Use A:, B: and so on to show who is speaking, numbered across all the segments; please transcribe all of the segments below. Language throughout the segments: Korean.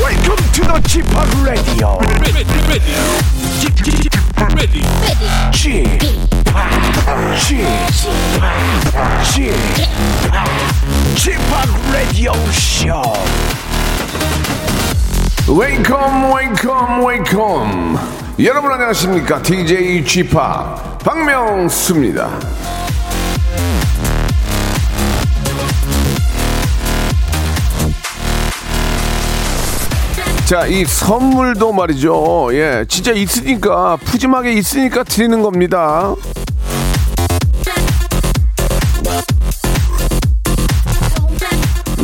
A: welcome to the Chip Radio.
B: ready, ready, ready,
A: Chip, Chip, Chip, Chip Radio Show.
C: 웨이컴 웨이컴 웨이컴 여러분 안녕하십니까 DJ g p 박명수입니다 자 이 선물도 말이죠 예 진짜 있으니까 푸짐하게 있으니까 드리는 겁니다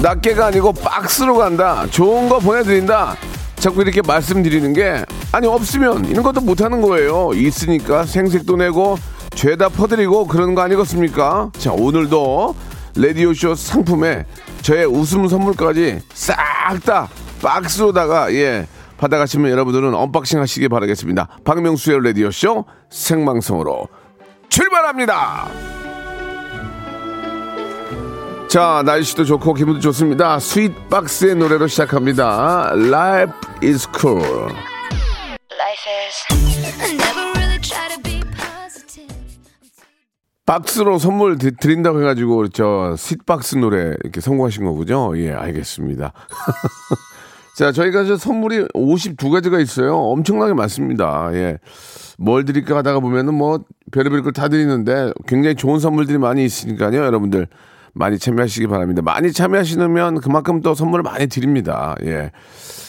C: 낱개가 아니고 박스로 간다. 좋은 거 보내드린다. 자꾸 이렇게 말씀드리는 게 아니 없으면 이런 것도 못하는 거예요. 있으니까 생색도 내고 죄다 퍼드리고 그런 거 아니겠습니까? 자 오늘도 레디오쇼 상품에 저의 웃음 선물까지 싹 다 박스로다가 예 받아가시면 여러분들은 언박싱 하시기 바라겠습니다. 박명수의 레디오쇼 생방송으로 출발합니다. 자 날씨도 좋고 기분도 좋습니다 스윗박스의 노래로 시작합니다 Life is cool
D: Life is. I never really try to be positive.
C: 박스로 선물 드- 드린다고 해가지고 저 스윗박스 노래 이렇게 성공하신 거군요 예 알겠습니다 자 저희가 저 선물이 52가지가 있어요 엄청나게 많습니다 예. 예뭘 드릴까 하다가 보면은 뭐 별의별 걸 다 드리는데 굉장히 좋은 선물들이 많이 있으니까요 여러분들 많이 참여하시기 바랍니다 많이 참여하시면 그만큼 또 선물을 많이 드립니다 예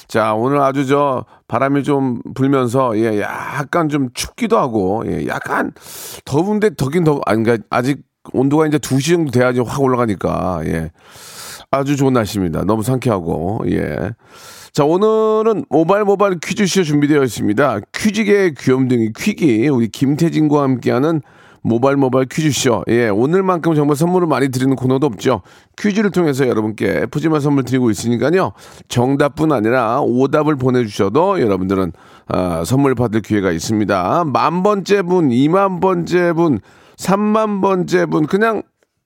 C: 자, 오늘 아주 저 바람이 좀 불면서 예, 약간 좀 춥기도 하고 예, 약간 더운데 더긴 더 아니 그러니까 아직 온도가 이제 2시 정도 돼야지 확 올라가니까 예. 아주 좋은 날씨입니다. 너무 상쾌하고 예. 자, 오늘은 모발 모발 퀴즈쇼 준비되어 있습니다. 퀴즈계의 귀염둥이 퀴기 우리 김태진과 함께하는 모발 모발 퀴즈쇼. 예, 오늘만큼 정말 선물을 많이 드리는 코너도 없죠. 퀴즈를 통해서 여러분께 푸짐한 선물 드리고 있으니까요. 정답뿐 아니라 오답을 보내주셔도 여러분들은 아, 선물 받을 기회가 있습니다. 만 번째 분, 이만 번째 분, 삼만 번째 분 그냥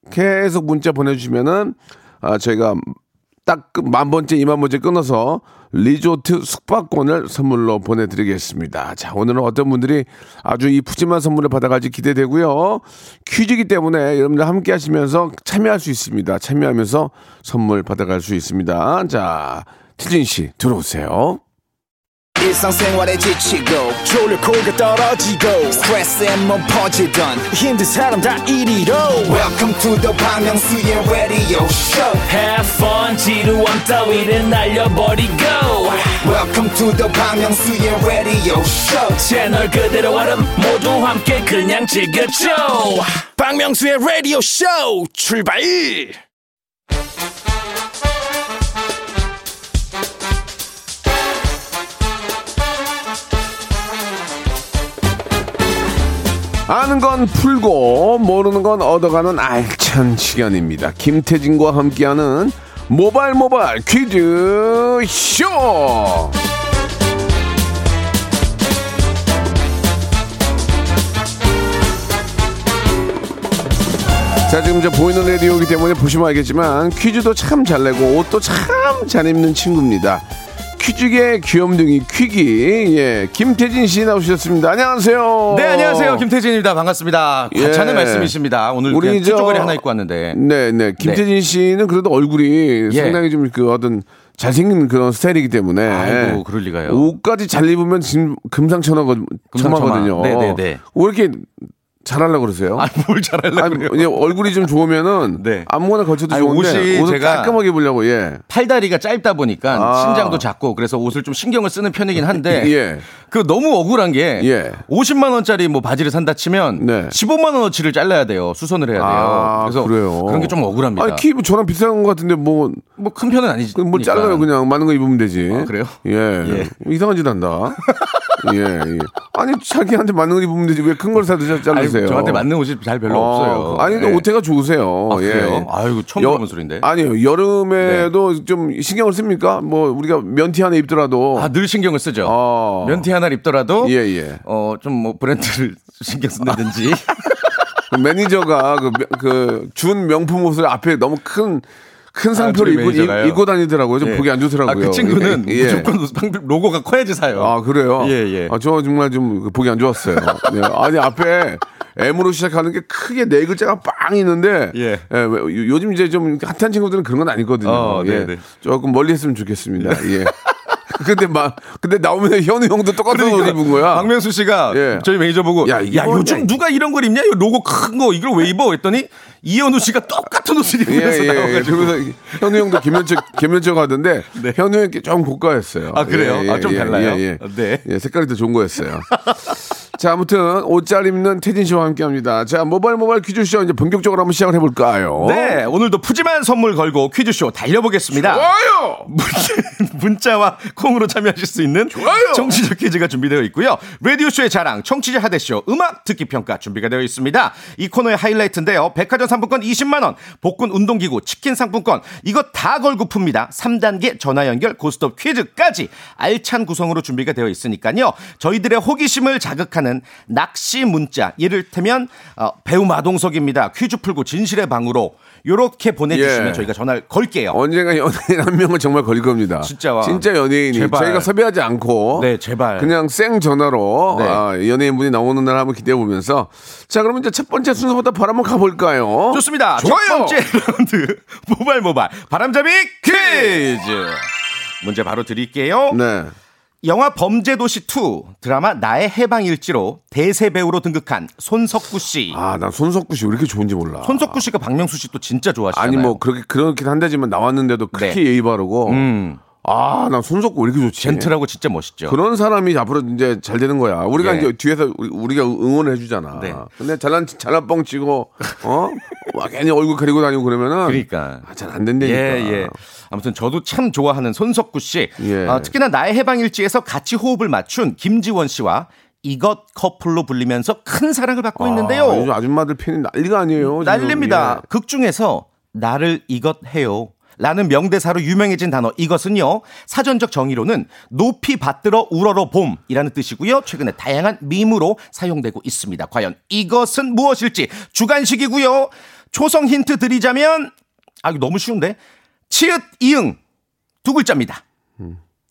C: 계속 문자 보내주시면은 아, 저희가 딱 만 번째, 이만 번째 끊어서 리조트 숙박권을 선물로 보내드리겠습니다. 자, 오늘은 어떤 분들이 아주 이 푸짐한 선물을 받아갈지 기대되고요. 퀴즈이기 때문에 여러분들 함께 하시면서 참여할 수 있습니다. 참여하면서 선물 받아갈 수 있습니다. 자, 티진 씨, 들어오세요.
E: 일상생활에 지치고, 졸려 코가 떨어지고, 스트레스에 몸 퍼지던, 힘든 사람 다 이리로. welcome to the Bang Myung-soo's radio show
B: Have fun 지루한 따위를 날려버리고
E: welcome to the Bang Myung-soo's radio show
B: 채널 그대로 얼음 모두 함께 그냥 즐겨줘
A: 박명수의 Radio Show 출발.
C: 아는 건 풀고 모르는 건 얻어가는 알찬 시간입니다. 김태진과 함께하는 모발 모발 퀴즈 쇼. 자 지금 저 보이는 라디오이기 때문에 보시면 알겠지만 퀴즈도 참 잘 내고 옷도 참 잘 입는 친구입니다. 퀴즈계 귀염둥이 퀴기 예 김태진 씨 나오셨습니다. 안녕하세요.
F: 네, 안녕하세요. 김태진입니다. 반갑습니다.
C: 예.
F: 과찬의 말씀이십니다. 오늘
C: 우리
F: 우리
C: 저-
F: 쪼가리 하나 입고 왔는데.
C: 네, 네. 김태진 씨는 그래도 얼굴이
F: 예.
C: 상당히 좀 그 어떤 잘생긴 그런 스타일이기 때문에.
F: 아이고, 그럴 리가요.
C: 옷까지 잘 입으면 지금
F: 금상첨화.
C: 금상첨화거든요.
F: 네, 네, 네.
C: 왜 이렇게 잘하려고 그러세요?
F: 아, 뭘 잘하려고
C: 아니,
F: 그래요.
C: 이제 얼굴이 좀 좋으면은
F: 네.
C: 아무거나 걸쳐도
F: 아니,
C: 좋은데
F: 옷이
C: 옷을
F: 제가-
C: 깔끔하게 입으려고 예.
F: 팔다리가 짧다 보니까
C: 아.
F: 신장도 작고 그래서 옷을 좀 신경을 쓰는 편이긴 한데
C: 예.
F: 그 너무 억울한 게
C: 예.
F: 50만 원짜리 뭐 바지를 산다 치면
C: 네.
F: 15만 원어치를 잘라야 돼요. 수선을 해야 돼요.
C: 아,
F: 그래서
C: 그래요.
F: 런 게 좀 억울합니다.
C: 아니, 키뭐 저랑 비슷한 것 같은데 뭐
F: 뭐 큰 편은 아니지.
C: 그럼 뭘 잘라요 그냥 많은 거 입으면 되지.
F: 그러니까. 아, 그래요?
C: 예. 이상한 짓 한다. 예, 예. 아니 자기한테 맞는 거 입으면 되지 왜 큰 걸 사도 자- 자르세요?
F: 저한테 맞는 옷이 잘 별로
C: 어,
F: 없어요.
C: 아니 근데
F: 예.
C: 오태가 좋으세요.
F: 아, 그래요?
C: 예.
F: 아이고, 처음
C: 여-
F: 들어본 소린데. 네.
C: 아니요 여름에도 좀 신경을 씁니까? 뭐 우리가 면티 하나 입더라도.
F: 아, 늘 신경을 쓰죠.
C: 어.
F: 면티 하나를 입더라도
C: 예, 예.
F: 어, 좀 뭐 브랜드를 신경 쓴다든지.
C: 아, 그 매니저가 그 준 명품 옷을 앞에 너무 큰 큰 상표를 입고,
F: 아, 매니저가요.
C: 입- 입고 다니더라고요. 좀 보기 안 좋더라고요.
F: 아, 그 친구는
C: 예.
F: 무조건 방금 로고가 커야지 사요.
C: 아 그래요?
F: 예, 예.
C: 아, 저 정말 좀 보기 안 좋았어요. 예. 아니 앞에 M으로 시작하는 게 크게 네 글자가 빵 있는데
F: 예.
C: 예, 왜- 요- 요즘 이제 좀 핫한 친구들은 그런 건 아니거든요.
F: 어,
C: 예.
F: 네네. 네.
C: 조금 멀리 했으면 좋겠습니다. 예. 근데 막 근데 나오면 현우 형도 똑같은 옷
F: 그러니까
C: 입은 거야.
F: 박명수 씨가
C: 예.
F: 저희 매니저 보고
C: 야,
F: 야,
C: 이게 뭐냐,
F: 요즘
C: 이게.
F: 누가 이런 걸 입냐? 이 로고 큰 거 이걸 왜 입어? 했더니 이현우 씨가 똑같은 옷을
C: 예,
F: 입으면서
C: 예, 예.
F: 나와가지고 네.
C: 그러면서 현우 형도 김현철, 김현철 하던데, 현우 형께 좀 고가였어요.
F: 아, 그래요? 아, 좀 달라요? 네.
C: 예, 색깔이 더 좋은 거였어요. 자, 아무튼, 옷 잘 입는 태진 씨와 함께 합니다. 자, 모바일 모바일 퀴즈쇼 이제 본격적으로 한번 시작을 해볼까요?
F: 네, 오늘도 푸짐한 선물 걸고 퀴즈쇼 달려보겠습니다.
C: 와요!
F: 문자와 콩으로 참여하실 수 있는
C: 좋아요.
F: 청취자 퀴즈가 준비되어 있고요. 라디오쇼의 자랑, 청취자 하대쇼, 음악 듣기 평가 준비가 되어 있습니다. 이 코너의 하이라이트인데요. 백화점 상품권 20만원, 복근 운동기구, 치킨 상품권, 이것 다 걸고 풉니다. 3단계 전화 연결 고스톱 퀴즈까지 알찬 구성으로 준비가 되어 있으니까요. 저희들의 호기심을 자극하는 낚시 문자, 이를테면 어, 배우 마동석입니다. 퀴즈 풀고 진실의 방으로 요렇게 보내주시면
C: 예.
F: 저희가 전화를 걸게요.
C: 언젠가 연예인 한 명을 정말 걸릴 겁니다.
F: 진짜와.
C: 진짜 연예인이.
F: 제발.
C: 저희가 섭외하지 않고.
F: 네, 제발.
C: 그냥 생 전화로
F: 네.
C: 아, 연예인분이 나오는 날 한번 기대해 보면서. 자, 그러면 이제 첫 번째 순서부터 바로 한번 가볼까요?
F: 좋습니다. 첫
C: 어? 좋아요!
F: 번째 라운드 모발 모발 바람잡이 퀴즈. 문제 바로 드릴게요.
C: 네.
F: 영화 범죄도시 2 드라마 나의 해방일지로 대세 배우로 등극한 손석구 씨.
C: 아, 난 손석구 씨 왜 이렇게 좋은지 몰라.
F: 손석구 씨가 박명수 씨 또 진짜 좋아하시잖아요. 예.
C: 아니 뭐 그렇게 그렇긴 한데지만 나왔는데도 그렇게
F: 네. 음.
C: 예의 바르고 아, 나 손석구 왜 이렇게 좋지?
F: 젠틀하고 진짜 멋있죠.
C: 그런 사람이 앞으로 이제 잘 되는 거야. 우리가
F: 예.
C: 이제 뒤에서 우리- 우리가 응원을 해주잖아.
F: 네.
C: 근데 잘난 잘난 뻥 치고 어 와, 괜히 얼굴 가리고 다니고 그러면은 아,
F: 그러니까.
C: 잘 안 된다니까.
F: 예, 예. 아무튼 저도 참 좋아하는 손석구 씨.
C: 예.
F: 어, 특히나 나의 해방일지에서 같이 호흡을 맞춘 김지원 씨와 이것 커플로 불리면서 큰 사랑을 받고 있는데요.
C: 아, 요즘 아줌마들 팬이 난리가 아니에요. 지금.
F: 어, 난립니다.
C: 예.
F: 극 중에서 나를 이것 해요. 라는 명대사로 유명해진 단어 이것은요 사전적 정의로는 높이 받들어 우러러 봄이라는 뜻이고요 최근에 다양한 밈으로 사용되고 있습니다 과연 이것은 무엇일지 주간식이고요 초성 힌트 드리자면 아 이거 너무 쉬운데 치읓 이응 두 글자입니다
C: 예.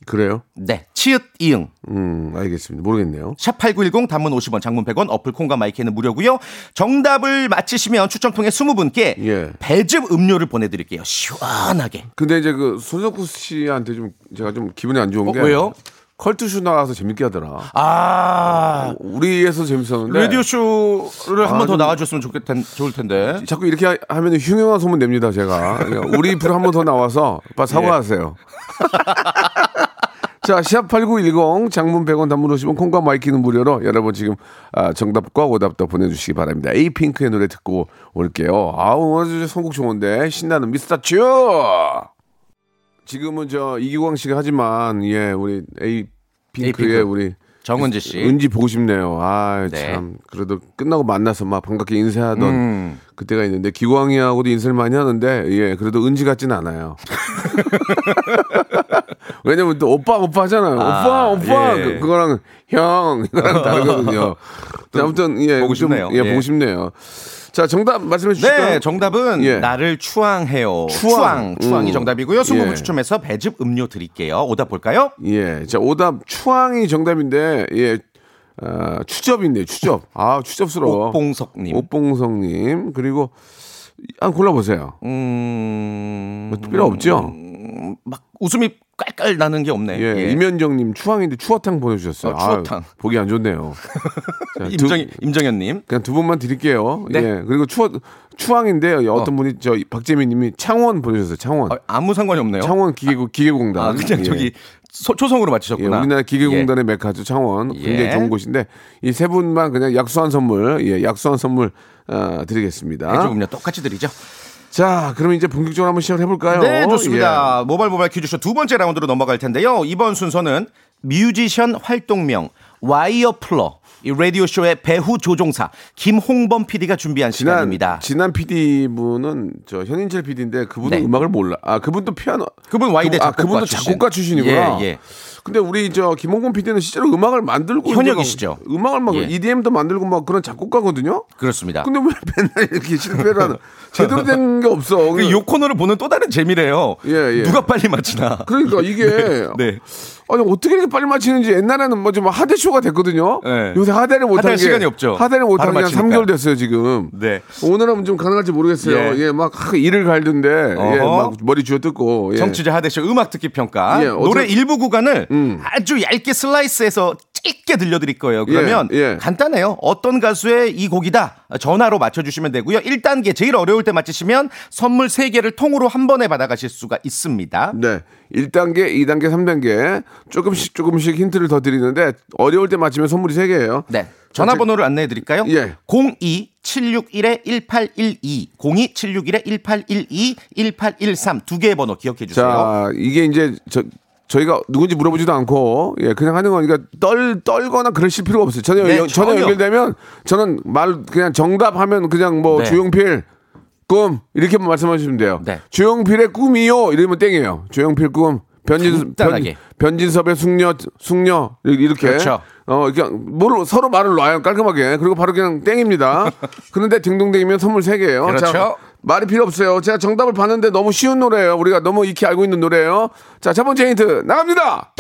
C: 그래요?
F: 네 치읓 이응
C: 음, 알겠습니다. 모르겠네요.
F: 샵8910 단문 50원 장문 100원 어플 콩과 마이크는 무료고요. 정답을 맞히시면 추첨 통해 20분께
C: 예.
F: 배즙 음료를 보내 드릴게요. 시원하게.
C: 근데 이제 그 손석구 씨한테 좀 제가 좀 기분이 안 좋은 게
F: 어, 왜요?
C: 컬투쇼 나와서 재밌게 하더라.
F: 아.
C: 우리에서 재밌었는데
F: 라디오
C: 아,
F: 쇼를 한 번 더 나와 줬으면 좋겠 텐 좋을 텐데.
C: 자꾸 이렇게 하- 하면 흉흉한 소문 냅니다 제가 그러니까 우리 입으로 한 번 더 나와서 오빠 사과하세요
F: 예.
C: 자 시합 8910 장문 100원 단문 50원 콩과 마이키는 무료로 여러분 지금 아, 정답과 오답도 보내주시기 바랍니다 에이핑크의 노래 듣고 올게요 아우 오늘 선곡 좋은데 신나는 미스터 츄 지금은 저 이기광 씨가 하지만 예 우리 에이핑크의
F: 에이핑크.
C: 우리
F: 정은지 씨.
C: 은지 보고 싶네요. 아,
F: 네.
C: 참. 그래도 끝나고 만나서 막 반갑게 인사하던
F: 음.
C: 그때가 있는데 기광이하고도 인사를 많이 하는데 예, 그래도 은지 같진 않아요. 왜냐면 또 오빠 오빠 하잖아요. 오빠 오빠
F: 예.
C: 그- 그거랑 형 이거랑 다르거든요. 자, 아무튼 예,
F: 보고
C: 좀,
F: 싶네요.
C: 예,
F: 예.
C: 보고 싶네요. 자, 정답 말씀해 주실까요?
F: 네, 정답은
C: 예.
F: 나를 추앙해요.
C: 추앙.
F: 추앙, 추앙. 이
C: 음.
F: 정답이고요. 20분
C: 예.
F: 추첨해서 배즙 음료 드릴게요. 오답 볼까요?
C: 예, 자 오답 추앙이 정답인데 예, 아, 추접인데 추접. 아 추접스러워.
F: 옥봉석님.
C: 옥봉석님 그리고 한 골라 보세요.
F: 음.
C: 뭐 필요 없죠.
F: 막 웃음이 깔깔 나는 게 없네.
C: 예,
F: 예.
C: 이면정님 추앙인데 추어탕 보내주셨어요.
F: 어, 추어탕.
C: 아유, 보기 안 좋네요. 자, 두-
F: 임정 임정현님.
C: 그냥 두 분만 드릴게요.
F: 네.
C: 예, 그리고 추어 추앙인데 어떤 분이 저 박재민님이 창원 보내주셨어요. 창원.
F: 아, 아무 상관이 없네요.
C: 창원 기계국 기계공단.
F: 아, 그냥
C: 예.
F: 저기 소- 초성으로
C: 예,
F: 맞히셨구나.
C: 우리나라 기계공단의 메카죠 창원 굉장히
F: 예.
C: 좋은 곳인데 이 세 분만 그냥 약수한 선물, 예, 약수한 선물 어, 드리겠습니다.
F: 예. 조금요 똑같이 드리죠.
C: 자, 그럼 이제 본격적으로 한번 시작을 해볼까요? 예.
F: 네, 좋습니다. 모발 모발 퀴즈쇼 두 번째 라운드로 넘어갈 텐데요. 이번 순서는 뮤지션 활동명 와이어플러 이 라디오 쇼의 배후 조종사 김홍범 PD가 준비한
C: 지난
F: 시간입니다.
C: 지난 PD 분은 저 현인철 PD인데 그분은
F: 네.
C: 음악을 몰라. 아 그분도 피아노.
F: 그분 와이대
C: 아
F: 작곡가
C: 그분도
F: 출신.
C: 작곡가 출신이구나.
F: 예, 예.
C: 근데 우리 저 김홍곤 PD는 실제로 음악을 만들고
F: 현역이시죠.
C: 이제 막 음악을 막
F: 예.
C: EDM도 만들고 막 그런 작곡가거든요.
F: 그렇습니다.
C: 근데 왜 맨날 이렇게 실패를 하는 제대로 된 게 없어.
F: 그 요 코너를 보는 또 다른 재미래요.
C: 예, 예.
F: 누가 빨리 맞히나.
C: 그러니까 이게
F: 네.
C: 아니 어떻게 이렇게 빨리 맞히는지 옛날에는 뭐 좀 하대 쇼가 됐거든요.
F: 네.
C: 요새 하대를 못
F: 하대할
C: 하는 게
F: 시간이 없죠.
C: 하대를 못
F: 바로
C: 하는 게한
F: 맞히니까.
C: 3개월 됐어요, 지금.
F: 네.
C: 오늘은 좀 가능할지 모르겠어요.
F: 예.
C: 예, 막 하- 이를 갈던데 예,
F: 어허.
C: 막 머리 쥐어뜯고 예.
F: 정치자 하대쇼 음악 듣기 평가
C: 예, 음. 어쩌-
F: 노래 일부 구간을 아주 얇게 슬라이스해서 짧게 들려드릴 거예요. 그러면
C: 예, 예.
F: 간단해요. 어떤 가수의 이 곡이다 전화로 맞춰주시면 되고요. 1단계 제일 어려울 때 맞히시면 선물 3개를 통으로 한 번에 받아가실 수가 있습니다.
C: 네. 1단계, 2단계, 3단계 조금씩 조금씩 힌트를 더 드리는데 어려울 때 맞히면 선물이 3개예요.
F: 네. 전화번호를 안내해 드릴까요?
C: 어, 예.
F: 02761-1812, 02761-1812, 1813. 두 개의 번호 기억해 주세요.
C: 자, 이게 이제 저 저희가 누군지 물어보지도 않고 예 그냥 하는 거니까 떨 떨거나 그러실 필요가 없어요. 전혀
F: 네,
C: 연, 전혀
F: 전혀.
C: 연결되면 저는 말 그냥 정답하면 그냥 뭐
F: 네.
C: 조용필 꿈 이렇게만 말씀하시면 돼요.
F: 네.
C: 조용필의 꿈이요 이러면 땡이에요. 조용필 꿈 변진
F: 간단하게.
C: 변, 진섭의 숙녀 숙녀 이렇게
F: 그렇죠.
C: 어 그냥 뭐를 서로 말을 놔요 깔끔하게 그리고 바로 그냥 땡입니다. 그런데 딩동댕이면 선물 3 개예요.
F: 그렇죠.
C: 자, 말이 필요 없어요. 제가 정답을 봤는데 너무 쉬운 노래예요. 우리가 너무 익히 알고 있는 노래예요. 자, 첫 번째 힌트 나갑니다.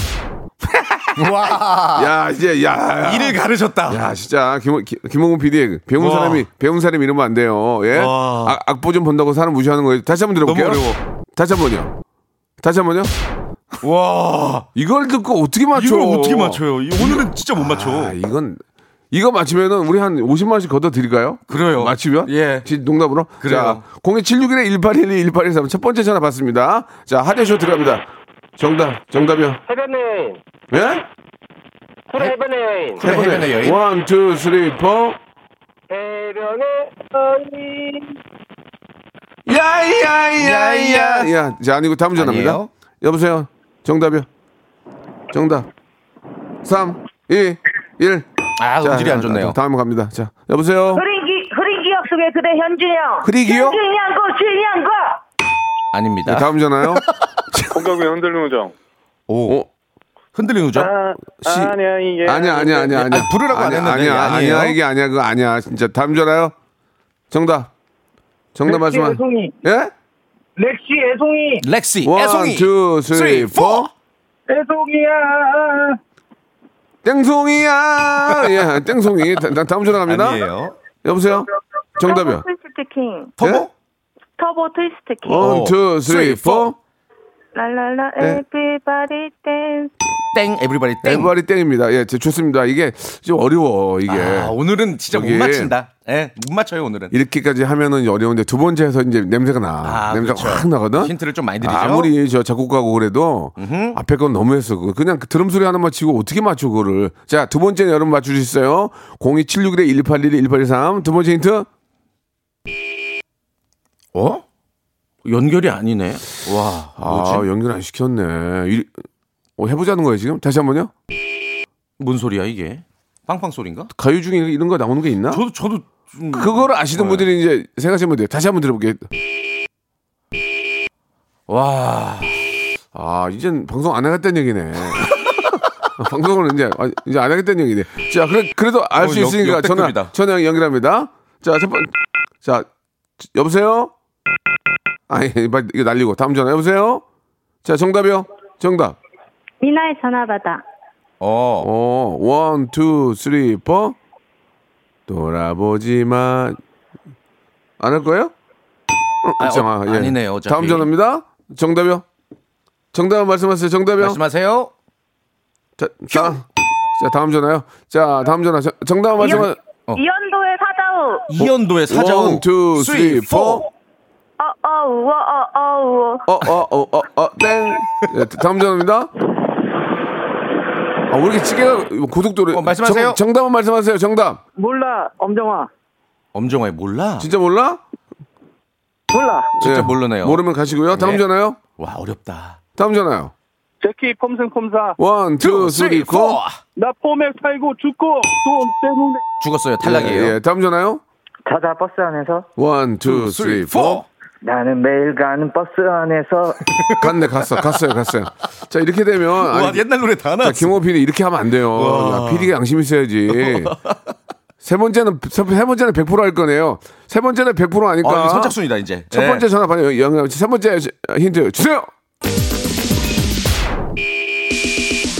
F: 와.
C: 야, 이제 야.
F: 이를 가르셨다.
C: 야, 진짜 김 김- 김홍근 PD 배운
F: 와.
C: 사람이 배운 사람이 이러면 안 돼요. 예?
F: 와.
C: 악, 악보 좀 본다고 사람 무시하는 거예요. 다시 한번 들어볼게요.
F: 너무 어려워.
C: 다시 한번요. 다시 한번요.
F: 와.
C: 이걸 듣고 어떻게 맞춰?
F: 이걸 어떻게 맞춰요? 이- 오늘은 진짜 못 맞춰.
C: 아, 이건 이거 맞히면은 우리 한 50만 원씩 걷어 드릴까요?
F: 그래요.
C: 맞히면?
F: 예.
C: 진- 농담으로. 자,
F: 그래요.
C: 02761에 1812 1813. 첫 번째 전화 받습니다. 자, 하대쇼 들어갑니다. 정답. 정답이요.
G: 해변여인
C: 예?
H: 네.
G: 그래 해변여인
F: 그래, 해변의 여인.
C: 1 2 3 4.
G: 해변여인
F: 야야야야.
C: 야, 자, 아니고 다음 전화입니다.
F: 아니에요.
C: 여보세요. 정답이요. 정답. 3 2 1.
F: 아, 음질이 안 좋네요.
C: 다음 갑니다. 자, 여보세요.
I: 흐린, 기, 흐린 기억 속에 그대 현진영.
C: 흐리기요? 네,
I: 현진영 거, 진영 거.
F: 아닙니다.
C: 다음 전화요.
J: 공감이 흔들리는 우정.
F: 오. 아. 흔들리는 우정.
G: 아,
C: 시-
J: 아니야
G: 예,
J: 이게.
C: 아니야 아니야 아니야 아니야
F: 아니, 부르라고 안
C: 아니야,
F: 했는데.
C: 아니야
F: 아니에요?
C: 아니야 이게 아니야 그거 아니야 진짜 다음 전화요 정답 정답 말씀하
G: 네, 애송이
C: 예
G: 렉시 애송이
F: 렉시, 애송이.
C: 원, 투, 쓰리,
F: 쓰리,
C: 포.
F: 포.
G: 애송이야
C: 땡송이야 예 땡송이 다, 다- 다음 전화 갑니다
F: 아니에요.
C: 여보세요 정답이요
I: 터보 트위스트 킹.
F: 터보?
I: 터보 트위스트 킹.
F: 어.
C: 원투 쓰리
F: 쓰리,
C: 포
F: 포.
I: 랄랄라,
C: 네.
I: everybody dance.
F: 땡, 에브리바디 땡.
C: 에브리 땡입니다 예 제- 좋습니다 이게 좀 어려워 이게
F: 아, 오늘은 진짜
C: 여기.
F: 못 맞힌다. 예, 못 맞춰요, 오늘은.
C: 이렇게까지 하면은 어려운데 두 번째에서 이제 냄새가 나
F: 아,
C: 냄새가
F: 그렇죠.
C: 확 나거든
F: 힌트를 좀 많이 드리죠.
C: 아무리 저 작곡가고 그래도 앞에 건 너무했어. 그거. 그냥 그 드럼 소리 하나만 치고 어떻게 맞춰 그거를. 자, 두 번째는 여러분 맞추셨어요. 02761에 1812, 1813. 두 번째 힌트.
F: 어? 연결이 아니네. 와,
C: 아, 연결 안 시켰네. 이- 어, 해보자는 거예요, 지금? 다시 한 번요?
F: 뭔 소리야 이게? 빵빵 소리인가?
C: 가요 중에 이런 거 나오는 게 있나?
F: 저도 저도 좀...
C: 그거를 아시는
F: 네.
C: 분들이 이제 생각하시면 돼요. 다시 한 번 들어볼게요.
F: 와,
C: 아, 이젠 방송 안 하겠다는 얘기네. 방송을 이제, 아, 이제 안 하겠다는 얘기네. 자, 그래, 그래도 알 수
F: 어, 역-
C: 있으니까 전화,
F: 역대급이다.
C: 전화 연결합니다. 자, 첫 번, 자, 여보세요? 아니, 빨리 이거 날리고. 다음 전화, 여보세요? 자, 정답이요? 정답.
I: 미나의 전화 받아.
F: 어,
C: 어, 원, 투, 쓰리, 포. 돌아보지만. 안 할 거예요?
F: 아,
C: 이상하,
F: 어, 아니네요, 어차피.
C: 다음 전화입니다. 정답이요? 정답 말씀하세요. 정답이요?
F: 말씀하세요.
C: 자, 다음. 자, 다음 전화요. 자, 다음 전화. 저- 정답 말씀은
F: 어.
I: 이연도의 사자우.
F: 이현도의 사자우.
C: 원, 투, 쓰리, 포.
I: 어, 어, 우어, 어, 어, 우어.
C: 어, 어, 어, 어, 어, 땡. 예, 다음 전화입니다. 아, 왜 이렇게 찌개가 고속도로.
F: 어, 말씀하세요.
C: 정, 답은 말씀하세요. 정답.
G: 몰라 엄정화
F: 엄정화의 몰라.
C: 진짜 몰라?
G: 몰라
F: 진짜 모르네요.
C: 모르면 가시고요. 다음
F: 네.
C: 전화요.
F: 와, 어렵다.
C: 다음 전화요.
G: 제키 펌슨 컴사
C: 원, 투, 쓰리, 포.
F: 어.
G: 나 포맥 살고 죽고 돈 때문에
F: 죽었어요.
C: 예,
F: 탈락이에요.
C: 예, 다음 전화요.
G: 자자 버스 안에서
C: 원, 투, 쓰리, 포.
H: 나는 매일 가는 버스 안에서
C: 갔네, 갔어, 갔어요, 갔어요. 자, 이렇게 되면.
F: 와,
C: 아니,
F: 옛날 노래 다
C: 자,
F: 나왔어.
C: 김호 PD 이렇게 하면 안 돼요.
F: 와.
C: 야, PD가 양심 있어야지. 세 번째는, 세 번째는 100%할 거네요. 세 번째는 100%
F: 아,
C: 아니까.
F: 이거 선착순이다, 이제.
C: 첫
F: 예.
C: 번째 전화 받아요. 영감 씨. 세 번째 힌트 주세요.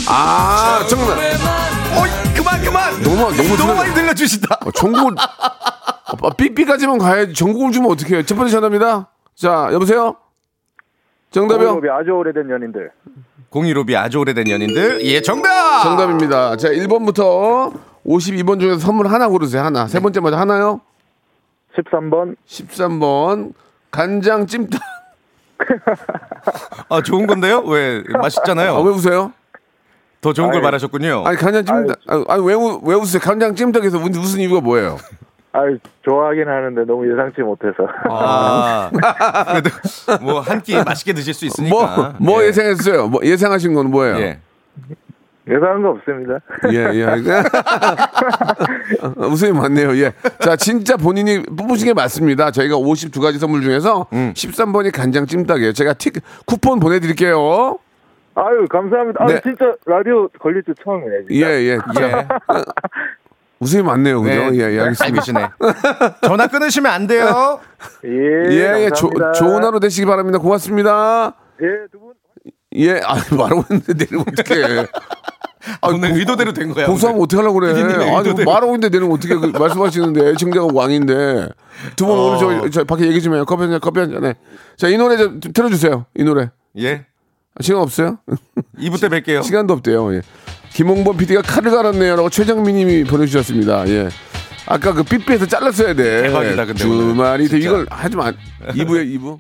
C: 아, 정말.
F: 어이, 그만, 그만!
C: 너무, 너무
F: 너무
C: 틀려.
F: 많이 들려주시다.
C: 어, 전국을 어, 삐삐까지만 가야지 전국을 주면 어떡해요 첫 번째 전화입니다 자 여보세요
G: 어,
C: 정답이요
H: 공유롭이 아주 오래된 연인들
F: 공유롭이 아주 오래된 연인들. 예, 정답!
C: 정답입니다 자 1번부터 52번 중에서 선물 하나 고르세요 하나 세 번째 먼저 하나요
H: 13번
C: 13번 간장 찜닭
F: 아, 좋은 건데요? 왜, 맛있잖아요.
C: 아, 왜 웃어요
F: 더 좋은 걸 말하셨군요.
C: 아니 간장 찜닭 아니, 아니 왜, 우- 왜 웃으세요 간장 찜닭에서 웃- 웃은 이유가 뭐예요
H: 아 좋아하긴 하는데 너무 예상치 못해서
F: 아, 그래도 뭐 한 끼 맛있게 드실 수
C: 뭐
F: 있으니까.
C: 뭐 예상했어요 뭐 예상하신 건 뭐예요
F: 예.
H: 예상한 거 없습니다
C: 예, 예. 어, 웃음이 많네요, 예. 자, 진짜 본인이 뽑으신 게 맞습니다. 저희가 52가지 선물 중에서 13번이 간장 찜닭이에요. 제가 티, 쿠폰 보내드릴게요.
H: 아유 감사합니다 아
C: 네.
H: 진짜 라디오 걸릴 줄 처음이네 진짜.
C: 예, 예. 자, 웃음이 많네요, 그죠?
F: 네.
C: 예, 예, 알겠습니다.
F: 알겠습니다. 전화 끊으시면 안 돼요.
H: 예,
C: 예, 예. 조-
H: 감사합니다.
C: 좋은 하루 되시기 바랍니다. 고맙습니다.
H: 예, 두 분.
C: 예, 아, 말하고 있는데 내리면 어떡해.
F: 아, 오늘 의도대로 된 거야.
C: 고소하면
F: 오늘.
C: 어떻게 하려고 그래.
F: 피디님의
C: 아니,
F: 의도대로.
C: 말하고 있는데 내리면 어떻게 그 말씀하시는데 애청자가 왕인데. 두
F: 어.
C: 분 오늘 저, 저 밖에 얘기 좀 해요. 커피 한 잔, 커피 한 잔. 네. 자, 이 노래 좀 틀어주세요. 이 노래. 아,
F: 예.
C: 시간 없어요?
F: 2부 때 뵐게요.
C: 시간도 없대요. 예. 김홍범 PD가 칼을 갈았네요. 라고 최정민님이 보내주셨습니다. 예. 아까 그 삐삐에서 잘랐어야 돼.
F: 대박이다, 근데 오늘.
C: 주말이 돼.
F: 진짜.
C: 이걸 하지 마. 2부에 2부.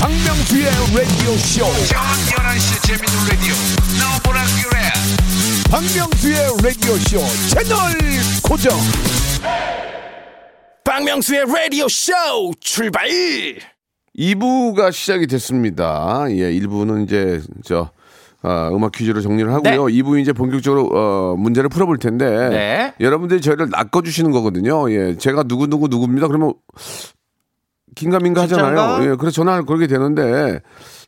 A: 박명수의 라디오 쇼. 저녁 11시 재밌는 라디오. 너보라 그래. 박명수의 라디오 쇼 채널 고정. 박명수의 라디오 쇼 출발.
C: 2부가 시작이 됐습니다. 예, 1부는 이제 저 아, 음악 퀴즈로 정리를 하고요. 2부 이제 본격적으로 어, 문제를 풀어볼 텐데
F: 네.
C: 여러분들이 저희를 낚아주시는 거거든요. 예, 제가 누구 누구 누구입니다. 그러면 긴가민가 하잖아요.
F: 진짠가?
C: 예, 그래서 전화를 걸게 되는데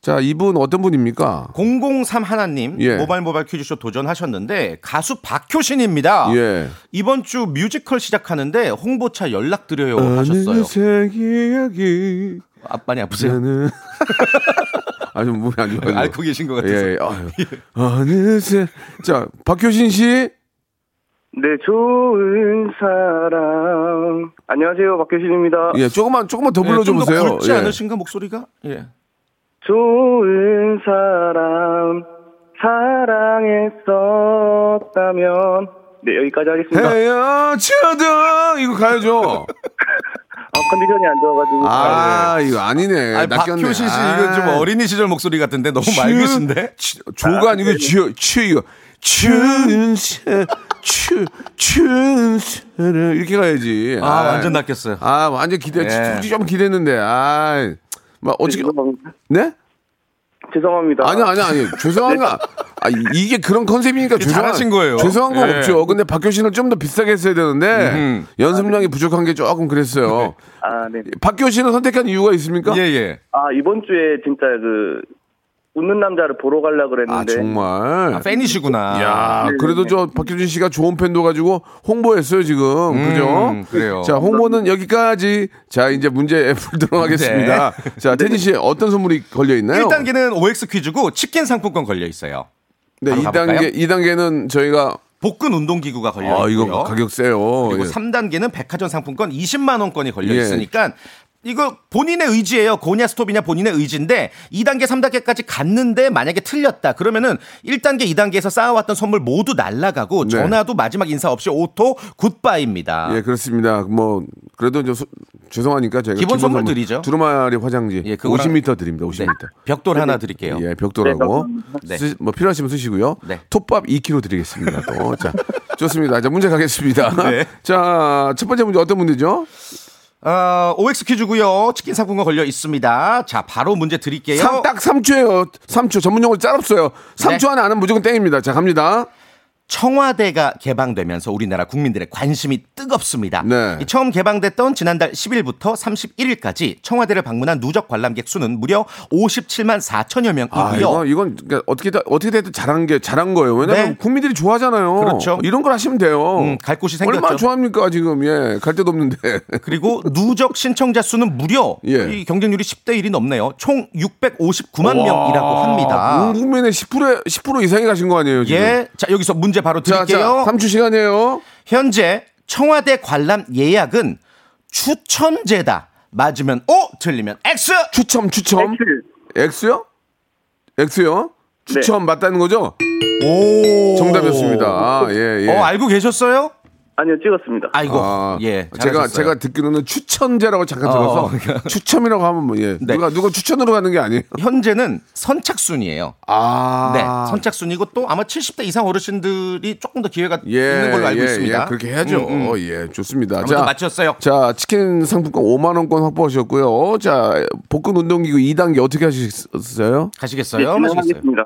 C: 자, 이분 어떤 분입니까?
F: 003 하나님
C: 예.
F: 모발 모발 퀴즈쇼 도전하셨는데 가수 박효신입니다.
C: 예.
F: 이번 주 뮤지컬 시작하는데 홍보차 연락 드려요
C: 아,
F: 하셨어요.
C: 어느새 이야기
F: 아, 많이 아프세요?
C: 나는 아주 몸이 안 좋아요.
F: 앓고 계신 것 같아서.
C: 네. 예, 예. 아유. 어느새 자 박효신 씨
G: 네, 좋은 사랑. 안녕하세요, 박효신입니다.
C: 예, 조금만 조금만 더 불러줘
F: 네, 좀더
C: 보세요.
F: 굵지
C: 예.
F: 않으신가 목소리가? 예.
G: 좋은 사람. 사랑했었다면. 네, 여기까지 하겠습니다.
C: 헤어져도 이거 가야죠.
G: 아, 컨디션이 안 좋아가지고.
C: 아, 이거 아니네.
F: 아,
C: 낚였네.
F: 박효신 씨 이거 좀
C: 아.
F: 어린이 시절 목소리 같은데 너무 맑으신데?
C: 치- 조가 아니고 쥐어 치 이거 춘세 추 춘세를 이렇게 가야지.
F: 아, 완전 낚였어요.
C: 아 완전 기대
F: 예.
C: 솔직히 좀 기대했는데 아. 막 어떻게
G: 죄송합니다.
C: 네?
G: 죄송합니다.
C: 아니 아니 아니 죄송한 거 아, 이- 이게 그런 컨셉이니까 죄송한
F: 잘하신 거예요.
C: 죄송한 거
F: 예.
C: 없죠. 근데 박효신을 좀 더 비싸게 했어야 되는데 연습량이 부족한 게 조금 그랬어요.
G: 아, 네.
C: 박효신을 선택한 이유가 있습니까?
F: 예, 예.
G: 아, 이번 주에 진짜 그, 웃는 남자를 보러 가려고 그랬는데.
C: 아 정말.
F: 아, 팬이시구나.
C: 야, 그래도 저 박효진 씨가 좋은 팬도 가지고 홍보했어요 지금, 그죠?
F: 음, 그래요.
C: 자, 홍보는 여기까지. 자, 이제 문제 애플 들어가겠습니다. 자, 태진 씨 어떤 선물이 걸려 있나요?
F: 네. 1단계는 OX 퀴즈고 치킨 상품권 걸려 있어요.
C: 네,
F: 바로
C: 2단계, 2단계는 저희가
F: 복근 운동기구가 걸려
C: 아
F: 있고요.
C: 이거 가격 세요.
F: 그리고
C: 예.
F: 3단계는 백화점 상품권 20만 원권이 걸려
C: 예.
F: 있으니까 이거 본인의 의지예요. 고냐 스톱이냐 본인의 의지인데 2단계 3단계까지 갔는데 만약에 틀렸다. 그러면은 1단계 2단계에서 쌓아왔던 선물 모두 날라가고
C: 네.
F: 전화도 마지막 인사 없이 오토 굿바이입니다. 네.
C: 예, 그렇습니다. 뭐 그래도 이제 소- 죄송하니까 저희가
F: 기본 선물 드리죠.
C: 두루마리 화장지
F: 예, 그거랑-
C: 50m 드립니다.
F: 네.
C: 50m.
F: 벽돌 하나 드릴게요.
C: 예, 벽돌하고
F: 네.
C: 쓰- 뭐 필요하시면 쓰시고요.
F: 네.
C: 톱밥 2kg 드리겠습니다. 또. 자, 좋습니다. 자, 문제 가겠습니다.
F: 네.
C: 자, 첫 번째 문제 어떤 문제죠?
F: 어, OX 퀴즈고요. 치킨 상품권 걸려 있습니다. 자, 바로 문제 드릴게요.
C: 삼, 딱 3초예요. 3초. 전문 용어 짤 없어요.
F: 네.
C: 3초 안에 아는 무조건 땡입니다. 자, 갑니다.
F: 청와대가 개방되면서 우리나라 국민들의 관심이 뜨겁습니다.
C: 네.
F: 이 처음 개방됐던 지난달 10일부터 31일까지 청와대를 방문한 누적 관람객 수는 무려 57만 4천여
C: 아,
F: 명이고요.
C: 이건, 이건 그러니까 어떻게, 다- 어떻게 돼도 잘한 게, 잘한 거예요. 왜냐면
F: 네.
C: 국민들이 좋아하잖아요.
F: 그렇죠.
C: 이런 걸 하시면 돼요.
F: 음, 갈 곳이 생겼죠.
C: 얼마나 좋아합니까, 지금. 예. 갈 데도 없는데.
F: 그리고 누적 신청자 수는 무려
C: 예.
F: 이 경쟁률이 10대 1이 넘네요. 총 659만 명이라고
C: 온
F: 합니다.
C: 음, 국민의 10%, 10% 이상이 가신 거 아니에요, 지금.
F: 아. 예. 자, 여기서 문제 바로
C: 자,
F: 드릴게요.
C: 자, 3초 시간이에요.
F: 현재 청와대 관람 예약은 추천제다. 맞으면 O, 틀리면 X.
C: 추첨, 추첨.
F: 네,
C: X요? X요? 추첨 맞다는 거죠?
F: 오.
C: 정답이었습니다. 아, 예, 예.
F: 어, 알고 계셨어요?
G: 아니요, 찍었습니다.
F: 아이고.
C: 아,
F: 예.
C: 제가
F: 잘하셨어요.
C: 제가 듣기로는 추천제라고 잠깐
F: 어.
C: 들어서 추첨이라고 하면 뭐 예.
F: 네.
C: 누가 누가 추천으로 가는 게 아니에요.
F: 현재는 선착순이에요.
C: 아.
F: 네, 선착순이고 또 아마 70대 이상 어르신들이 조금 더 기회가
C: 예,
F: 있는 걸로 알고
C: 예,
F: 있습니다.
C: 예, 그렇게 해야죠.
F: 음, 음.
C: 예, 좋습니다.
F: 아무튼 맞췄어요.
C: 자, 치킨 상품권 5만 원권 확보하셨고요. 자, 복근 운동기구 2단계 어떻게 하셨어요?
G: 네,
F: 가시겠어요? 마시겠어요?
G: 진행하겠습니다.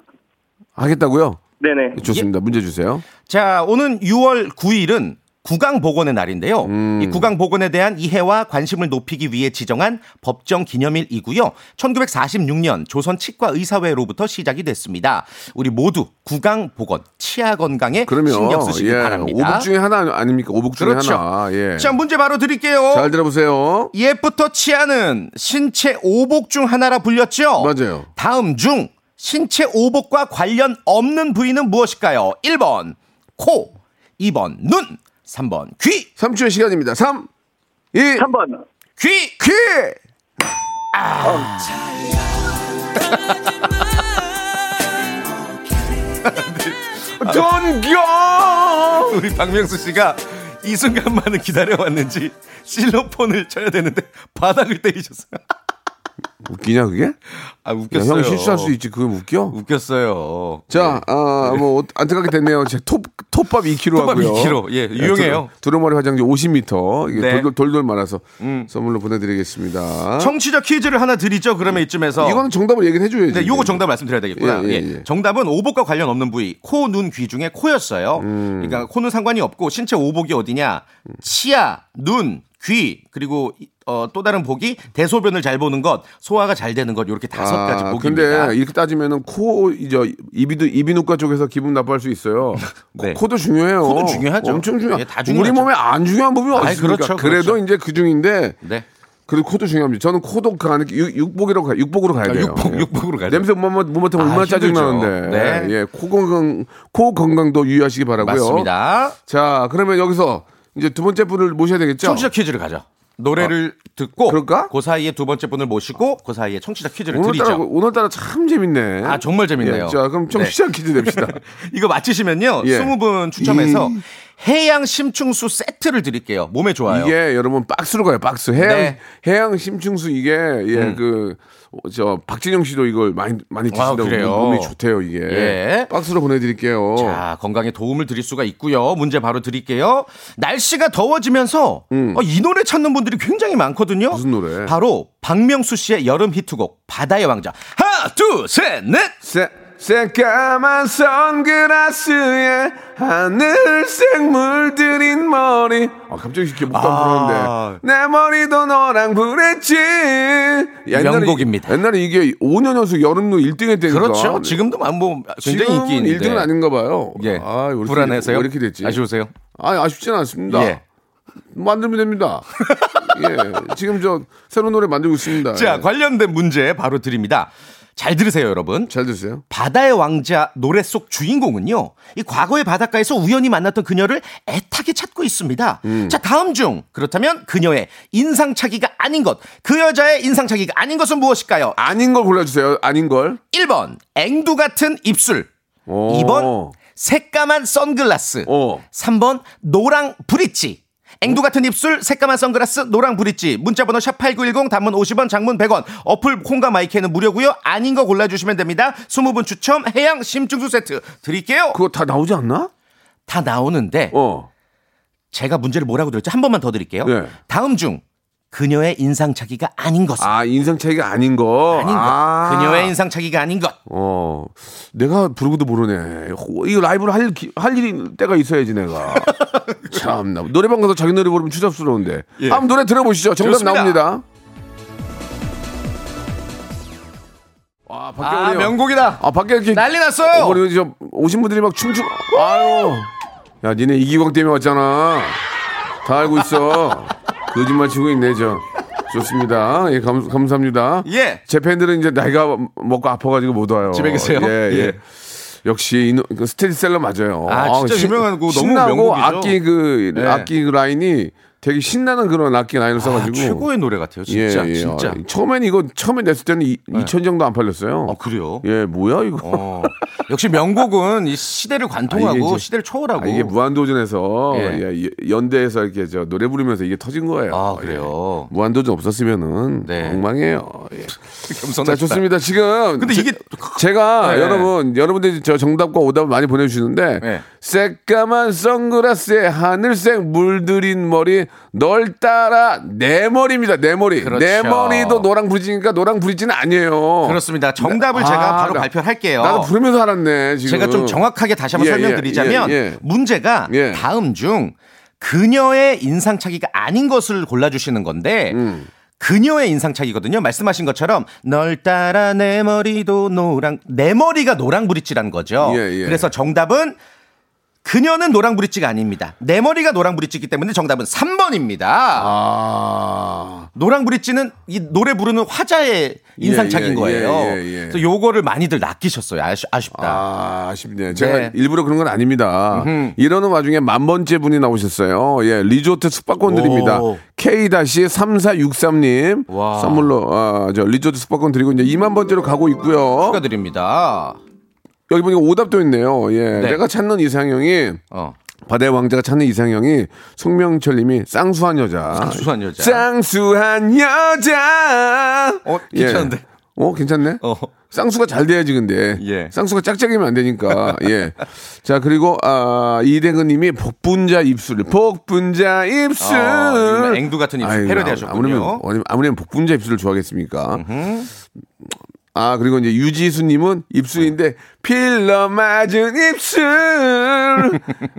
C: 하겠다고요?
G: 네네.
F: 예.
C: 좋습니다. 문제 주세요.
F: 자, 오는 6월 9일은 구강 복원의 날인데요. 이 구강 복원에 대한 이해와 관심을 높이기 위해 지정한 법정 기념일이고요. 1946년 조선 치과 의사회로부터 시작이 됐습니다. 우리 모두 구강 복원, 치아 건강에
C: 그러면
F: 신경 쓰시기
C: 예,
F: 바랍니다.
C: 오복 중에 하나 아닙니까? 오복 중에
F: 그렇죠.
C: 하나. 예.
F: 자, 뭐. 문제 바로 드릴게요.
C: 잘 들어보세요.
F: 옛부터 치아는 신체 오복 중 하나라 불렸죠?
C: 맞아요.
F: 다음 중 신체 오복과 관련 없는 부위는 무엇일까요? 1번 코, 2번 눈, 3번 귀,
C: 3초의 시간입니다. 3, 2,
G: 3번.
F: 귀.
C: 퀴! 전경!
F: 우리 박명수 씨가 이 순간만은 기다려왔는지 실로폰을 쳐야 되는데 바닥을 때리셨어요.
C: 웃기냐 그게?
F: 아
C: 야,
F: 웃겼어요.
C: 형 실수할 수 있지 그게 웃겨?
F: 웃겼어요.
C: 자, 아, 뭐 안타깝게 됐네요. 제 톱, 톱밥 2kg
F: 톱밥
C: 하고요.
F: 2kg. 예, 유용해요.
C: 두루- 두루마리 화장지 50m. 이게
F: 네. 음.
C: 돌돌, 돌돌 말아서 선물로 보내드리겠습니다.
F: 청취자 퀴즈를 하나 드리죠. 그러면 이쯤에서
C: 이거는 정답을 얘기를 해줘야지.
F: 네, 요거 정답 말씀드려야 되겠구나.
C: 예,
F: 예,
C: 예, 예.
F: 정답은 오복과 관련 없는 부위 코, 눈, 귀 중에 코였어요.
C: 음.
F: 그러니까 코는 상관이 없고 신체 오복이 어디냐? 치아, 눈, 귀 그리고 이- 어, 또 다른 복이 대소변을 잘 보는 것, 소화가 잘 되는 것 이렇게 다섯 가지
C: 아,
F: 복입니다.
C: 근데 이렇게 따지면은 코, 이제 이비도 이비인후과 쪽에서 기분 나빠할 수 있어요.
F: 네.
C: 코, 도 중요해요.
F: 코도 중요하죠.
C: 엄청 중요.
F: 예, 다
C: 우리
F: 중요하죠.
C: 몸에 안 중요한 부분이
F: 아이,
C: 어디 있습니까?
F: 그렇죠,
C: 그래도
F: 그렇죠.
C: 이제 그 중인데.
F: 네.
C: 그리고 코도 중요합니다. 저는 코도 그 안에 육- 육복이라고 가, 육복으로 가야 돼요.
F: 아, 육복,
C: 예.
F: 육복으로 가야 돼요.
C: 냄새 못 맡으면 못 맡으면
F: 아,
C: 얼마나 짜증
F: 힘들죠.
C: 나는데.
F: 네.
C: 예, 코 건강 코 건강도 유의하시기 바라고요.
F: 맞습니다.
C: 자, 그러면 여기서 이제 두 번째 분을 모셔야 되겠죠?
F: 청취자 퀴즈를 가죠. 노래를 듣고
C: 아, 그럴까?
F: 그 사이에 두 번째 분을 모시고 그 사이에 청취자 퀴즈를
C: 오늘따라
F: 드리죠.
C: 오늘따라 참 재밌네.
F: 아, 정말 재밌네요.
C: 예, 자, 그럼 청취자 퀴즈 냅시다.
F: 이거 맞히시면요.
C: 예.
F: 20분 추첨해서 해양 심충수 세트를 드릴게요. 몸에 좋아요.
C: 이게 여러분 박스로 가요. 박스 해양
F: 네. 음.
C: 해양 심층수 이게 예, 그, 어, 예그저 박진영 씨도 이걸 많이 많이
F: 아,
C: 드신다고
F: 그래요?
C: 몸이 좋대요 이게
F: 예.
C: 박스로 보내드릴게요.
F: 자, 건강에 도움을 드릴 수가 있고요. 문제 바로 드릴게요. 날씨가 더워지면서 어, 이 노래 찾는 분들이 굉장히 많거든요.
C: 음. 무슨 노래?
F: 바로 박명수 씨의 여름 히트곡 바다의 왕자. 하나, 둘, 셋, 넷.
C: 새, 새까만 선글라스에 하늘색 물들인 머리. 아, 갑자기 이렇게 목도
F: 아.
C: 안 부르는데. 내 머리도 너랑 부랬지. 야, 옛날에
F: 명곡입니다.
C: 이- 옛날에 이게 5년 연속 여름로 1등 했대니까.
F: 그렇죠. 지금도 뭐 굉장히 인기
C: 지금은
F: 있는데.
C: 1등은 아닌가 봐요.
F: 예.
C: 아, 왜 이렇게-
F: 불안해서요.
C: 왜 이렇게 됐지?
F: 아쉬우세요?
C: 아니, 아쉽진 않습니다.
F: 예.
C: 만들면 됩니다. 예. 지금 저 새로운 노래 만들고 있습니다.
F: 자,
C: 예.
F: 관련된 문제 바로 드립니다. 잘 들으세요, 여러분.
C: 잘 드세요.
F: 바다의 왕자 노래 속 주인공은요. 이 과거의 바닷가에서 우연히 만났던 그녀를 애타게 찾고 있습니다. 자, 다음 중 그렇다면 그녀의 인상착의가 아닌 것. 그 여자의 인상착의가 아닌 것은 무엇일까요?
C: 아닌 걸 골라주세요. 아닌 걸.
F: 1번 앵두 같은 입술.
C: 오.
F: 2번 새까만 선글라스.
C: 어.
F: 3번 노랑 브릿지. 앵두 같은 입술, 새까만 선글라스, 노랑 브릿지. 문자번호 샵8910 단문 50원, 장문 100원. 어플 콩과 마이크는 무료고요. 아닌 거 골라주시면 됩니다. 20분 추첨 해양 심증수 세트 드릴게요.
C: 그거 다 나오지 않나?
F: 다 나오는데
C: 어.
F: 제가 문제를 뭐라고 드렸죠? 한 번만 더 드릴게요.
C: 네.
F: 다음 중 그녀의 인상착의가 아닌 것을.
C: 아, 인상 차이가 아닌 거.
F: 아닌 것.
C: 아.
F: 그녀의 인상착의가 아닌 것.
C: 어, 내가 부르고도 모르네. 호- 이거 라이브를 할, 기- 할 일이 때가 있어야지 내가. 참나. 노래방 가서 자기 노래 부르면 추잡스러운데.
F: 예.
C: 한번 노래 들어보시죠. 정답
F: 좋습니다.
C: 나옵니다. 아, 밖에
F: 아,
C: 오네요.
F: 명곡이다.
C: 아, 밖에 이렇게
F: 난리 났어요.
C: 어머니 여기 저 오신 분들이 막 춤추. 아유. 야, 니네 이기광 때문에 왔잖아. 다 알고 있어. 거짓말 치고 있네 저. 좋습니다. 예, 감, 감사합니다.
F: 예.
C: 제 팬들은 이제 나이가 먹고 아파가지고 못 와요.
F: 집에 계세요?
C: 예, 예.
F: 예.
C: 역시 이노- 그 스테디셀러 맞아요.
F: 아, 진짜 유명한 곡, 너무
C: 신나고
F: 명곡이죠.
C: 악기 그
F: 예. 아,
C: 악기 그 라인이 되게 신나는 그런 악기 라인을 써가지고
F: 최고의 노래 같아요. 진짜 진짜. 예.
C: 아, 처음엔 이거 처음에 냈을 때는 이, 2천 정도 안 팔렸어요.
F: 아, 그래요?
C: 예, 뭐야 이거?
F: 어. 역시 명곡은 이
C: 아,
F: 시대를
C: 이게
F: 관통하고
C: 이제-
F: 시대를 초월하고
C: 아, 이게 무한도전에서
F: 예.
C: 예, 예, 연대에서 이렇게 저 노래 부르면서 이게 터진 거예요.
F: 아, 그래요?
C: 예. 무한도전 없었으면은
F: 네.
C: 엉망이에요. 예.
F: 겸손하다.
C: 자 좋습니다. 지금
F: 근데
C: 제-
F: 이게-
C: 제가
F: 네.
C: 여러분 여러분들이 저 정답과 오답을 많이 보내주시는데
F: 네.
C: 새까만 선글라스에 하늘색 물들인 머리 널 따라 내 머리입니다. 내 머리
F: 그렇죠.
C: 내 머리도 노랑 부리지니까 노랑 부리지는 아니에요.
F: 그렇습니다. 정답을 제가 바로 발표할게요.
C: 어. 네. 아, 나도 부르면서 알았네. 지금
F: 제가 좀 정확하게 다시 한번
C: 예,
F: 설명드리자면
C: 예, 예, 예.
F: 문제가
C: 예.
F: 다음 중 그녀의 인상착의가 아닌 것을 골라주시는 건데
C: 음.
F: 그녀의 인상착이거든요. 말씀하신 것처럼 널 따라 내 머리도 노랑 내 머리가 노랑 브릿지라는 거죠.
C: 예, 예.
F: 그래서 정답은 그녀는 노랑 브릿지가 아닙니다. 내 머리가 노랑 브릿지이기 때문에 정답은 3번입니다.
C: 아.
F: 노랑 브릿지는 이 노래 부르는 화자의 인상착인
C: 예,
F: 거예요.
C: 예, 예, 예.
F: 그래서 요거를 많이들 낚이셨어요. 아쉽, 아쉽다.
C: 아, 아쉽네요. 제가
F: 네.
C: 일부러 그런 건 아닙니다. 이러는 와중에 만 번째 분이 나오셨어요. 예, 리조트 숙박권 드립니다.
F: 오.
C: K-3463님.
F: 와.
C: 선물로, 아, 저 리조트 숙박권 드리고 이제 2만 번째로 가고 있고요.
F: 축하드립니다.
C: 여기 보니까 오답도 있네요. 예.
F: 네.
C: 내가 찾는 이상형이
F: 어.
C: 바다의 왕자가 찾는 이상형이 송명철님이 쌍수한 여자.
F: 쌍수한 여자.
C: 쌍수한 여자.
F: 어, 괜찮은데?
C: 예. 어, 괜찮네.
F: 어.
C: 쌍수가 잘 돼야지 근데.
F: 예.
C: 쌍수가 짝짝이면 안 되니까. 예. 자 그리고 아 이대근님이 복분자 입술, 복분자 입술.
F: 아, 요즘에 앵두 같은 입술
C: 아이고,
F: 패러디하셨군요.
C: 아무래면 아무래면- 아무래면 복분자 입술을 좋아하겠습니까? 아 그리고 이제 유지수님은 입술인데 필러 맞은 입술.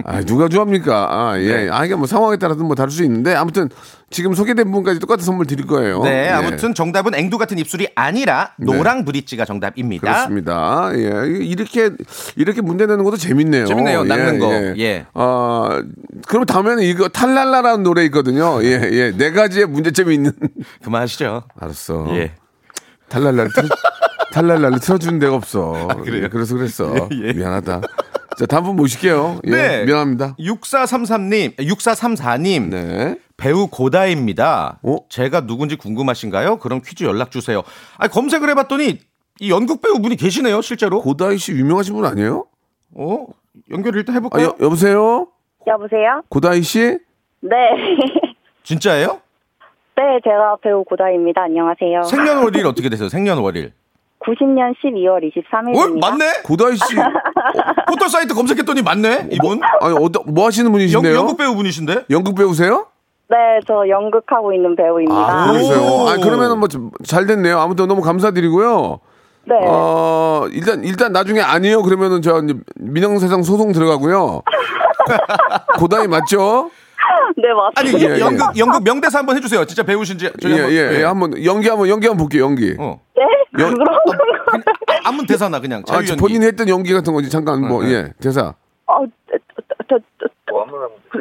C: 아 누가 좋아합니까? 아 예.
F: 네.
C: 아 이게 뭐 상황에 따라서 뭐 다를 수 있는데 아무튼 지금 소개된 분까지 똑같은 선물 드릴 거예요.
F: 네,
C: 예.
F: 아무튼 정답은 앵두 같은 입술이 아니라 노랑 브릿지가 정답입니다.
C: 그렇습니다. 예. 이렇게 이렇게 문제 내는 것도 재밌네요.
F: 재밌네요. 낚는 거. 예.
C: 아, 그럼 다음에는 이거 탈랄라라는 노래 있거든요. 예, 예. 네 가지의 문제점이 있는.
F: 그만하시죠.
C: 알았어.
F: 예.
C: 탈랄라를 틀, 탈랄라를 틀어주는 데가 없어.
F: 아, 그래요?
C: 예, 그래서 그랬어.
F: 예, 예.
C: 미안하다. 자, 다음 분 모실게요. 예.
F: 네.
C: 미안합니다.
F: 6433님, 6434님.
C: 네.
F: 배우 고다입니다.
C: 어?
F: 제가 누군지 궁금하신가요? 그럼 퀴즈 연락 주세요. 아, 검색을 해 봤더니 이 연극 배우 분이 계시네요, 실제로.
C: 고다이 씨 유명하신 분 아니에요?
F: 어? 연결 일단 해
C: 아,
F: 볼까요?
C: 여, 여보세요?
I: 여보세요?
C: 고다이 씨?
I: 네.
F: 진짜예요?
I: 네, 제가 배우 고다입니다. 안녕하세요.
F: 생년월일 어떻게 되세요? 생년월일.
I: 90년 12월 23일입니다.
F: 어, 맞네.
C: 고다이 씨?
F: 포털 사이트 검색했더니 맞네. 이분
C: 아니, 어떠, 뭐 하시는
F: 연,
C: 분이신데요?
F: 연극 배우 분이신데?
C: 연극 배우세요?
I: 네, 저 연극하고 있는 배우입니다.
C: 아, 그러세요.
F: 오.
C: 아, 그러면은 뭐 잘 됐네요. 아무튼 너무 감사드리고요.
I: 네.
F: 아.
C: 어, 일단 일단 나중에 아니요 그러면은 저 이제 민영세상 소송 들어가고요. 고다이 맞죠?
I: 네, 맞습니다.
F: 아니
C: 예, 예.
F: 연극 연극 명대사 한번 해주세요. 진짜 배우신지
C: 예,
F: 저희 한번,
C: 예, 예. 한번 연기 한번 연기 한번 볼게요. 연기.
F: 어.
I: 네?
C: 연-
I: 그런 건
F: 아, 아무 대사나 그냥
C: 아,
F: 자유 연기.
C: 본인이 했던 연기 같은 건지 잠깐 뭐
F: 네.
C: 예, 대사.
I: 어, 저, 저, 저, 저, 그,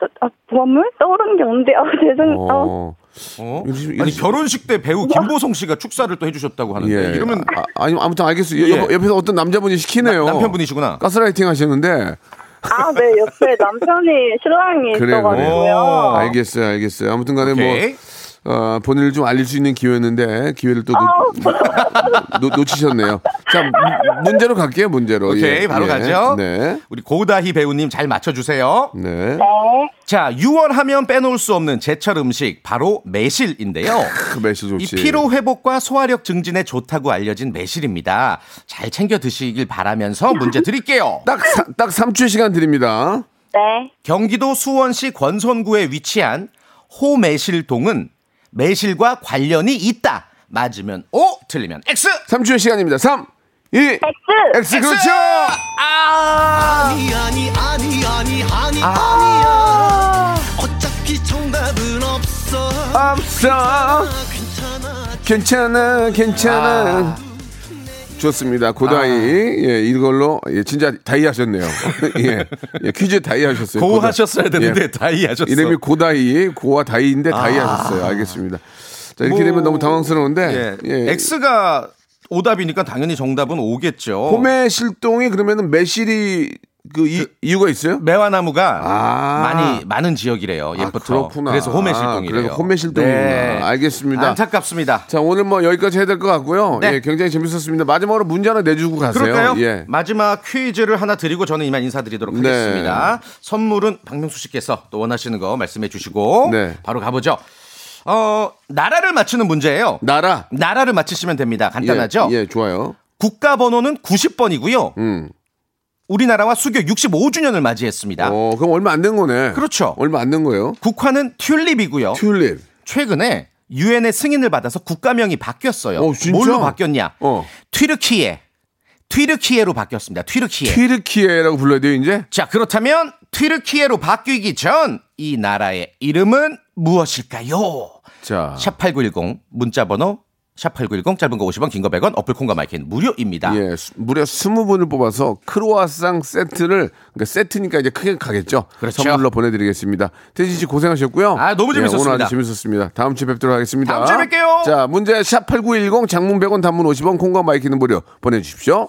I: 저, 저, 아, 보물? 떠오르는 게 없는데, 아, 죄송, 어,
C: 어.
F: 어?
C: 이러시-
F: 아니
C: 이러시-
F: 결혼식 때 배우 김보성 씨가 축사를 또 해주셨다고 하는데
C: 예.
F: 네, 이러면
C: 아, 아니 아무튼 알겠어요.
F: 예.
C: 옆, 옆에서 어떤 남자분이 시키네요.
F: 남편분이시구나.
C: 가스라이팅 하시는데
I: 아, 네, 옆에 남편이, 신랑이
C: 그래요,
I: 있어가지고요.
F: 그래요.
C: 알겠어요, 알겠어요. 아무튼간에
F: 오케이.
C: 뭐 어, 본인을 좀 알릴 수 있는 기회였는데 기회를 또 놓, 치셨네요자 문- 문제로 갈게요, 문제로.
F: 오케이
C: 예,
F: 바로
C: 예.
F: 가죠.
C: 네,
F: 우리 고다희 배우님 잘 맞춰주세요.
C: 네.
F: 자 6월 하면 빼놓을 수 없는 제철 음식 바로 매실인데요.
C: 그 매실
F: 이
C: 좋지.
F: 피로 회복과 소화력 증진에 좋다고 알려진 매실입니다. 잘 챙겨 드시길 바라면서 문제 드릴게요.
C: 딱딱 3주 시간 드립니다.
I: 네.
F: 경기도 수원시 권선구에 위치한 호매실동은 매실과 관련이 있다. 맞으면 O, 틀리면 X.
C: 3초의 시간입니다. 3, 2, X. X, 그렇죠!
F: 아!
B: 그
K: 아니 아니 아니 아니 아니 아~ 니야 어차피 정답은 없어
C: 없어. 괜찮아, 괜찮아. 좋습니다.
F: 아.
C: 고다이. 예, 이걸로, 예, 진짜 다이 하셨네요. 예, 예, 퀴즈 다이 하셨어요.
F: 고
C: 고다-
F: 하셨어야 되는데 다이 하셨어.
C: 예. 이름이 고다이, 고와 다이인데 다이
F: 아.
C: 하셨어요. 알겠습니다. 자, 이렇게
F: 뭐,
C: 되면 너무 당황스러운데.
F: 예. X가 오답이니까 당연히 정답은 오겠죠.
C: 봄의 실동이 그러면은 매실이 그 이, 유가 있어요?
F: 매화나무가
C: 아.
F: 많이 많은 지역이래요. 옛부터.
C: 그렇구나.
F: 그렇죠.
C: 아,
F: 그래서 호매실동이래요. 네.
C: 그래서 호매실동이구나. 알겠습니다.
F: 안타깝습니다.
C: 자, 오늘 뭐 여기까지 해야 될 것 같고요.
F: 네.
C: 예, 굉장히 재밌었습니다. 마지막으로 문제 하나 내주고 가세요.
F: 그럴까요?
C: 예.
F: 마지막 퀴즈를 하나 드리고 저는 이만 인사드리도록
C: 네.
F: 하겠습니다. 선물은 박명수 씨께서 또 원하시는 거 말씀해 주시고
C: 네.
F: 바로 가보죠. 어, 나라를 맞추는 문제예요.
C: 나라.
F: 나라를 맞히시면 됩니다. 간단하죠?
C: 네. 예, 예, 좋아요.
F: 국가 번호는 90번이고요.
C: 음.
F: 우리나라와 수교 65주년을 맞이했습니다.
C: 어, 그럼 얼마 안 된 거네.
F: 아. 그렇죠. 네.
C: 얼마 안 된 거예요?
F: 국화는 튤립이고요.
C: 튤립.
F: 최근에 유엔의 승인을 받아서 국가명이 바뀌었어요.
C: 어, 진짜?
F: 뭘로 바뀌었냐?
C: 어.
F: 튀르키예. 튀르키예로 바뀌었습니다. 튀르키예.
C: 튀르키예라고 불러야 돼요, 이제?
F: 자, 그렇다면 튀르키예로 바뀌기 전 이 나라의 이름은 무엇일까요?
C: 자.
F: 샵8910 문자 번호 샵8910 짧은 거 50원, 긴 거 100원, 어플 콩과 마이크는 무료입니다.
C: 예, 수- 무려 20분을 뽑아서 크로아상 세트를 그러니까 세트니까 이제 크게 가겠죠.
F: 그렇죠.
C: 선물로 보내 드리겠습니다. 태진 씨 고생하셨고요.
F: 아, 너무 재밌었습니다.
C: 예, 오늘 아주 재밌었습니다. 다음 주에 뵙도록 하겠습니다.
F: 다음 주에 뵐게요.
C: 자, 문제 샵8910 장문 100원 단문 50원 콩과 마이키는 무료 보내 주십시오.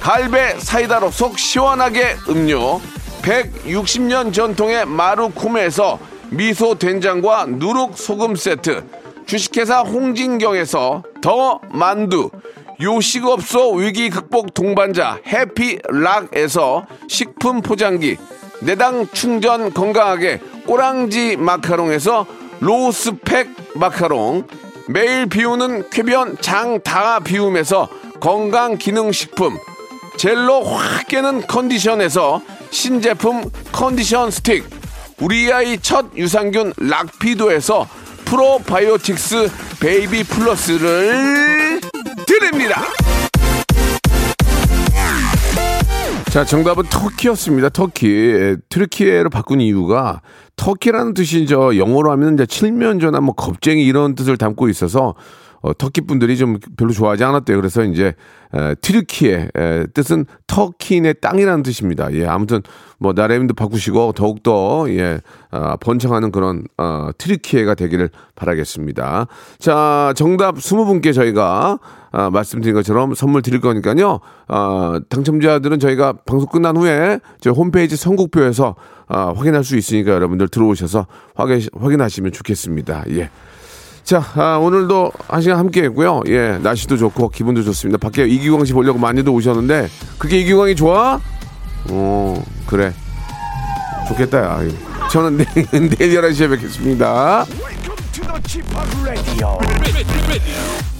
C: 갈배 사이다로 속 시원하게 음료 160년 전통의 마루코메에서 미소 된장과 누룩 소금 세트 주식회사 홍진경에서 더 만두 요식업소 위기 극복 동반자 해피락에서 식품 포장기 내당 충전 건강하게 꼬랑지 마카롱에서 로스팩 마카롱 매일 비우는 쾌변 장다 비움에서 건강기능식품 젤로 확 깨는 컨디션에서 신제품 컨디션 스틱 우리 아이 첫 유산균 락피도에서 프로바이오틱스 베이비 플러스를 드립니다. 자, 정답은 터키였습니다. 터키. 예, 트르키예로 바꾼 이유가 터키라는 뜻이 저 영어로 하면 이제 칠면조나 뭐 겁쟁이 이런 뜻을 담고 있어서 어, 터키 분들이 좀 별로 좋아하지 않았대요. 그래서 이제 에, 트르키의 에, 뜻은 터키인의 땅이라는 뜻입니다. 예, 아무튼 뭐 나라임도 바꾸시고 더욱더 예, 아, 번창하는 그런 어, 트르키예가 되기를 바라겠습니다. 자, 정답 20분께 저희가 아, 말씀드린 것처럼 선물 드릴 거니까요. 아, 당첨자들은 저희가 방송 끝난 후에 저희 홈페이지 선곡표에서 아, 확인할 수 있으니까 여러분들 들어오셔서 확인, 확인하시면 좋겠습니다. 예. 자, 아, 오늘도 한 시간 함께 했고요. 예, 날씨도 좋고 기분도 좋습니다. 밖에 이기광 씨 보려고 많이들 오셨는데 그게 이기광이 좋아? 오, 그래. 좋겠다. 야. 저는 내일, 내일 11시에 뵙겠습니다.
A: Welcome to the Chipak Radio.